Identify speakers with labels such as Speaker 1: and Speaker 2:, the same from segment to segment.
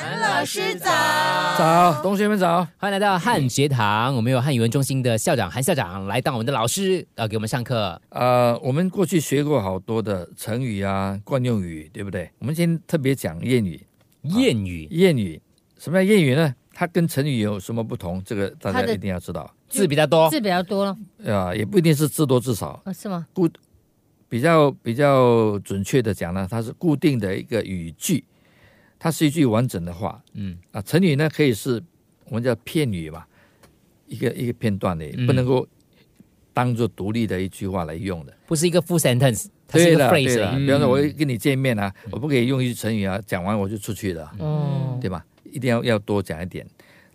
Speaker 1: 老师早，
Speaker 2: 早，同学们早。
Speaker 3: 欢迎来到汉学堂，我们有汉语文中心的校长韩校长来当我们的老师，呃，给我们上课。
Speaker 2: 呃，我们过去学过好多的成语啊、惯用语，对不对？我们今天特别讲谚语。
Speaker 3: 谚语
Speaker 2: 谚语，什么叫谚语呢？它跟成语有什么不同？这个大
Speaker 1: 它
Speaker 2: 家
Speaker 1: 的
Speaker 2: 一定要知道。
Speaker 3: 字比较多，
Speaker 1: 字比较多了，
Speaker 2: 啊，也不一定是至多至少，
Speaker 1: 哦、是吗？
Speaker 2: 比较比较准确的讲呢，它是固定的一个语句，它是一句完整的话
Speaker 3: 嗯，
Speaker 2: 啊。成语呢可以是我们叫片语吧，一个一个片段的，
Speaker 3: 嗯
Speaker 2: 不能够当做独立的一句话来用的。
Speaker 3: 不是一个 full sentence，它啊是一
Speaker 2: 对
Speaker 3: 个
Speaker 2: 了，对
Speaker 3: phrase 嗯
Speaker 2: 了
Speaker 3: 而，已。
Speaker 2: 比方说我跟你见面啊，我不可以用一句成语啊，讲完我就出去了。
Speaker 3: 嗯
Speaker 1: 哦、
Speaker 2: 对吧？一定要要多讲一点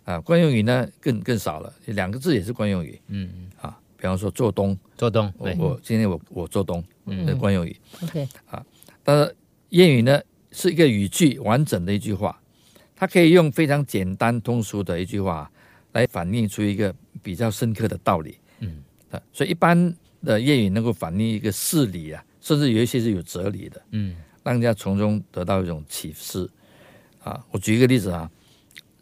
Speaker 2: 啊。惯用语呢更更少了，两个字也是惯用语
Speaker 3: 嗯，
Speaker 2: 啊。比方说做东，
Speaker 3: 做东
Speaker 2: 我
Speaker 3: 对，
Speaker 2: 我今天我我做东，
Speaker 3: 嗯
Speaker 2: 这是惯用语。
Speaker 1: o k
Speaker 2: 但是呃谚语呢是一个语句，完整的一句话，它可以用非常简单通俗的一句话来反映出一个比较深刻的道理。
Speaker 3: 嗯
Speaker 2: 啊，所以一般的谚语能够反映一个事理啊，甚至有一些是有哲理的。
Speaker 3: 嗯
Speaker 2: 让人家从中得到一种启示啊。我举一个例子啊，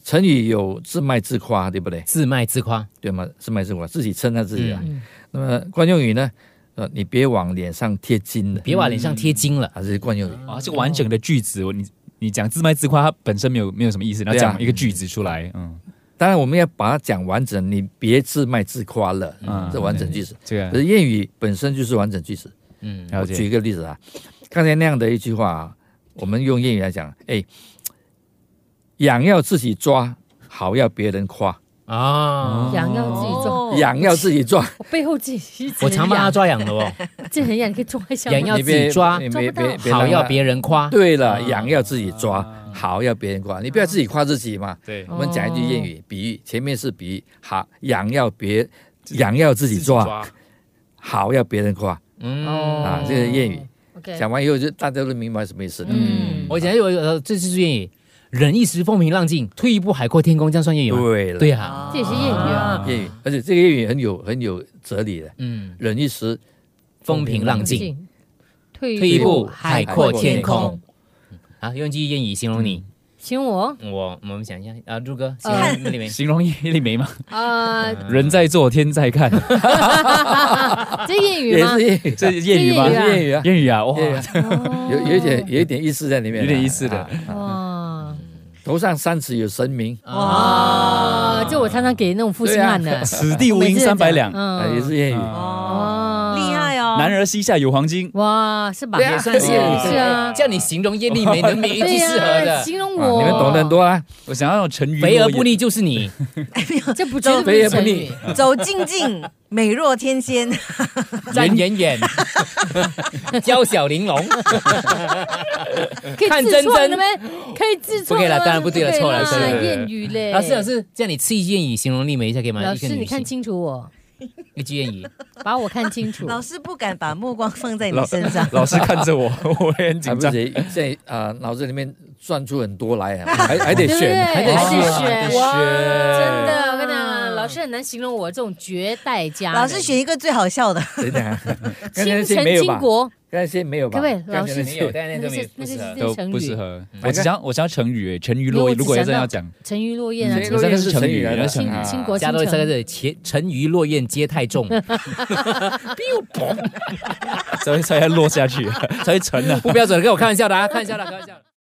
Speaker 2: 成语有自卖自夸，对不对？
Speaker 3: 自卖自夸，
Speaker 2: 对吗？自卖自夸，自己称赞自己啊。
Speaker 1: 嗯
Speaker 2: 那么惯用语呢？呃，你别往脸上贴金的，
Speaker 3: 别往脸上贴金了。
Speaker 2: 还是惯用语。
Speaker 4: 啊，这个完整的句子，我你你讲自卖自夸，它本身没有没有什么意思，然后
Speaker 2: 对啊
Speaker 4: 讲一个句子出来，嗯
Speaker 2: 当然，我们要把它讲完整，你别自卖自夸了，
Speaker 4: 嗯
Speaker 2: 这完整句子。
Speaker 4: 这
Speaker 2: 可
Speaker 4: 个
Speaker 2: 是谚语本身就是完整句子。
Speaker 3: 嗯
Speaker 4: 了
Speaker 2: 我举
Speaker 4: 解。
Speaker 2: 一个例子啊，刚才那样的一句话啊，我们用谚语来讲，哎，痒要自己抓，好要别人夸。
Speaker 3: 啊，
Speaker 1: 痒要自己抓，
Speaker 2: 痒要自己抓，
Speaker 1: 我背后自己一直
Speaker 3: 我常帮他
Speaker 1: 痒，
Speaker 3: 抓痒的哦，
Speaker 1: 这很痒，你可以抓一下吗。
Speaker 3: 痒要
Speaker 2: 你
Speaker 3: 自己
Speaker 2: 别
Speaker 3: 抓
Speaker 2: 你
Speaker 1: 抓
Speaker 2: 别
Speaker 1: 不到
Speaker 2: 别别
Speaker 3: 好
Speaker 2: 让
Speaker 3: 要
Speaker 2: 他
Speaker 3: 别人夸。
Speaker 2: 对了，痒要自己抓，好要别人夸，你不要自己夸自己嘛。
Speaker 4: 对
Speaker 1: 哦
Speaker 2: 我们讲一句谚语，比喻，前面是比喻，好痒要别痒要自己抓，好要别人夸
Speaker 3: 嗯，
Speaker 2: 啊，这是谚语。
Speaker 1: OK，
Speaker 2: 讲完以后就大家都明白什么意思了。
Speaker 1: 嗯，
Speaker 3: 我以前有呃，这就是谚语，忍一时风平浪静，退一步海阔天空，这样算谚语吗？
Speaker 2: 对了，
Speaker 3: 对哦呀，
Speaker 1: 这也是谚语啊。
Speaker 2: 谚语，而且这个谚语很有很有哲理的，
Speaker 3: 嗯，
Speaker 2: 忍一时，
Speaker 3: 风平浪
Speaker 1: 冷
Speaker 3: 静
Speaker 1: 静，退
Speaker 3: 退一步海
Speaker 2: 阔天
Speaker 3: 空。啊，用一句谚语形容你，
Speaker 1: 请我
Speaker 3: 我我们想一下啊，陆哥，形
Speaker 1: 呃
Speaker 3: 容那里 面
Speaker 4: 形容叶丽梅吗？
Speaker 1: 呃，
Speaker 4: 人在做天在看，
Speaker 1: 这谚语
Speaker 2: 也
Speaker 1: 吗
Speaker 2: 是？谚语，
Speaker 4: 这是谚语吗
Speaker 1: 这？
Speaker 2: 也是谚语啊，
Speaker 4: 谚语啊，哇，
Speaker 2: 谚语啊有有一点有一点意思在里面啊，
Speaker 4: 有点意思的
Speaker 2: 啊。
Speaker 1: 哦
Speaker 2: 头上三尺有神明，
Speaker 1: 哇，这我常常给那种负心汉的，
Speaker 4: 此地无银三百两，
Speaker 2: 啊，也
Speaker 1: 嗯
Speaker 2: 是谚语。
Speaker 4: 啊
Speaker 1: 哦，
Speaker 5: 厉害哦！
Speaker 4: 男儿膝下有黄金，
Speaker 1: 哇，是吧？
Speaker 2: 对啊
Speaker 3: 也算是
Speaker 4: 啊
Speaker 1: 是啊
Speaker 3: 叫你形容叶丽梅，能没有一句适 合
Speaker 1: 呀，
Speaker 3: 的？
Speaker 1: 形容
Speaker 2: 啊
Speaker 1: 我，
Speaker 2: 你们懂得很多啊，
Speaker 4: 我想要成语，，
Speaker 3: 肥而不，腻就是 你，
Speaker 1: 这不绝对
Speaker 2: 肥也
Speaker 1: 不
Speaker 2: 不
Speaker 1: 是成
Speaker 2: 腻
Speaker 1: 语，
Speaker 5: 走近近，美若天仙。
Speaker 3: 站远远，娇小玲珑。
Speaker 1: 可以
Speaker 3: 看
Speaker 1: 自
Speaker 3: 真
Speaker 1: 创
Speaker 3: 真
Speaker 1: 的呗，可以自创
Speaker 3: 不可以啦
Speaker 1: 的吗
Speaker 3: 当然不对了
Speaker 1: 可以
Speaker 3: 错了
Speaker 1: 啦
Speaker 3: 错了
Speaker 1: 谚语啊嘞。
Speaker 3: 老师，老，师，这样啊你吃一句谚语形容丽梅一下可以吗？
Speaker 1: 老
Speaker 3: 一个
Speaker 1: 师，
Speaker 3: 女
Speaker 1: 你看
Speaker 3: 性
Speaker 1: 清楚我，
Speaker 3: 一句谚语，
Speaker 1: 把我看清楚。
Speaker 5: 老师不敢把目光放在你身上
Speaker 4: 老师看着我，我也很
Speaker 2: 还
Speaker 4: 紧
Speaker 2: 不
Speaker 4: 张。
Speaker 2: 得在啊脑子里面转出很多来啊，还还得
Speaker 1: 对不对？
Speaker 2: 选，
Speaker 1: 还
Speaker 3: 得选
Speaker 1: 选，
Speaker 4: 选
Speaker 1: 哇，真的，我跟你讲，老师很难形容我这种绝代佳人。
Speaker 5: 老师选一个最好笑的。
Speaker 2: 等等啊，刚才那
Speaker 1: 倾
Speaker 2: 些
Speaker 1: 城
Speaker 2: 没有
Speaker 1: 倾
Speaker 2: 吧？
Speaker 1: 国，
Speaker 2: 刚才那些没有吧？
Speaker 1: 可不可以
Speaker 2: 刚才
Speaker 1: 老师
Speaker 2: 那
Speaker 3: 没
Speaker 2: 些
Speaker 3: 有，但那
Speaker 1: 那
Speaker 3: 个
Speaker 1: 个
Speaker 3: 没有
Speaker 1: 是
Speaker 3: 不适合
Speaker 1: 那。个
Speaker 4: 都
Speaker 1: 是成
Speaker 4: 不适
Speaker 1: 语，
Speaker 4: 合，
Speaker 2: 个
Speaker 4: 我只想我想要成语，成语
Speaker 1: 因为我
Speaker 4: 落，
Speaker 1: 只
Speaker 4: 如果
Speaker 1: 想
Speaker 4: 真的
Speaker 1: 到
Speaker 4: 要讲，
Speaker 1: 陈鱼落雁啊，
Speaker 2: 陈
Speaker 1: 陈
Speaker 2: 鱼落
Speaker 4: 那
Speaker 2: 雁
Speaker 4: 个
Speaker 2: 是
Speaker 4: 是成
Speaker 2: 成语
Speaker 4: 语
Speaker 2: 来
Speaker 4: 啊，
Speaker 2: 的
Speaker 4: 那成语
Speaker 1: 倾
Speaker 4: 啊
Speaker 1: 倾国倾
Speaker 3: 加多这
Speaker 1: 城。
Speaker 3: 个前沉鱼落雁皆太 重，
Speaker 4: 才会才会落下去，才会沉的。
Speaker 3: 不标准，跟我开玩笑的啊，开玩笑的，开玩笑的。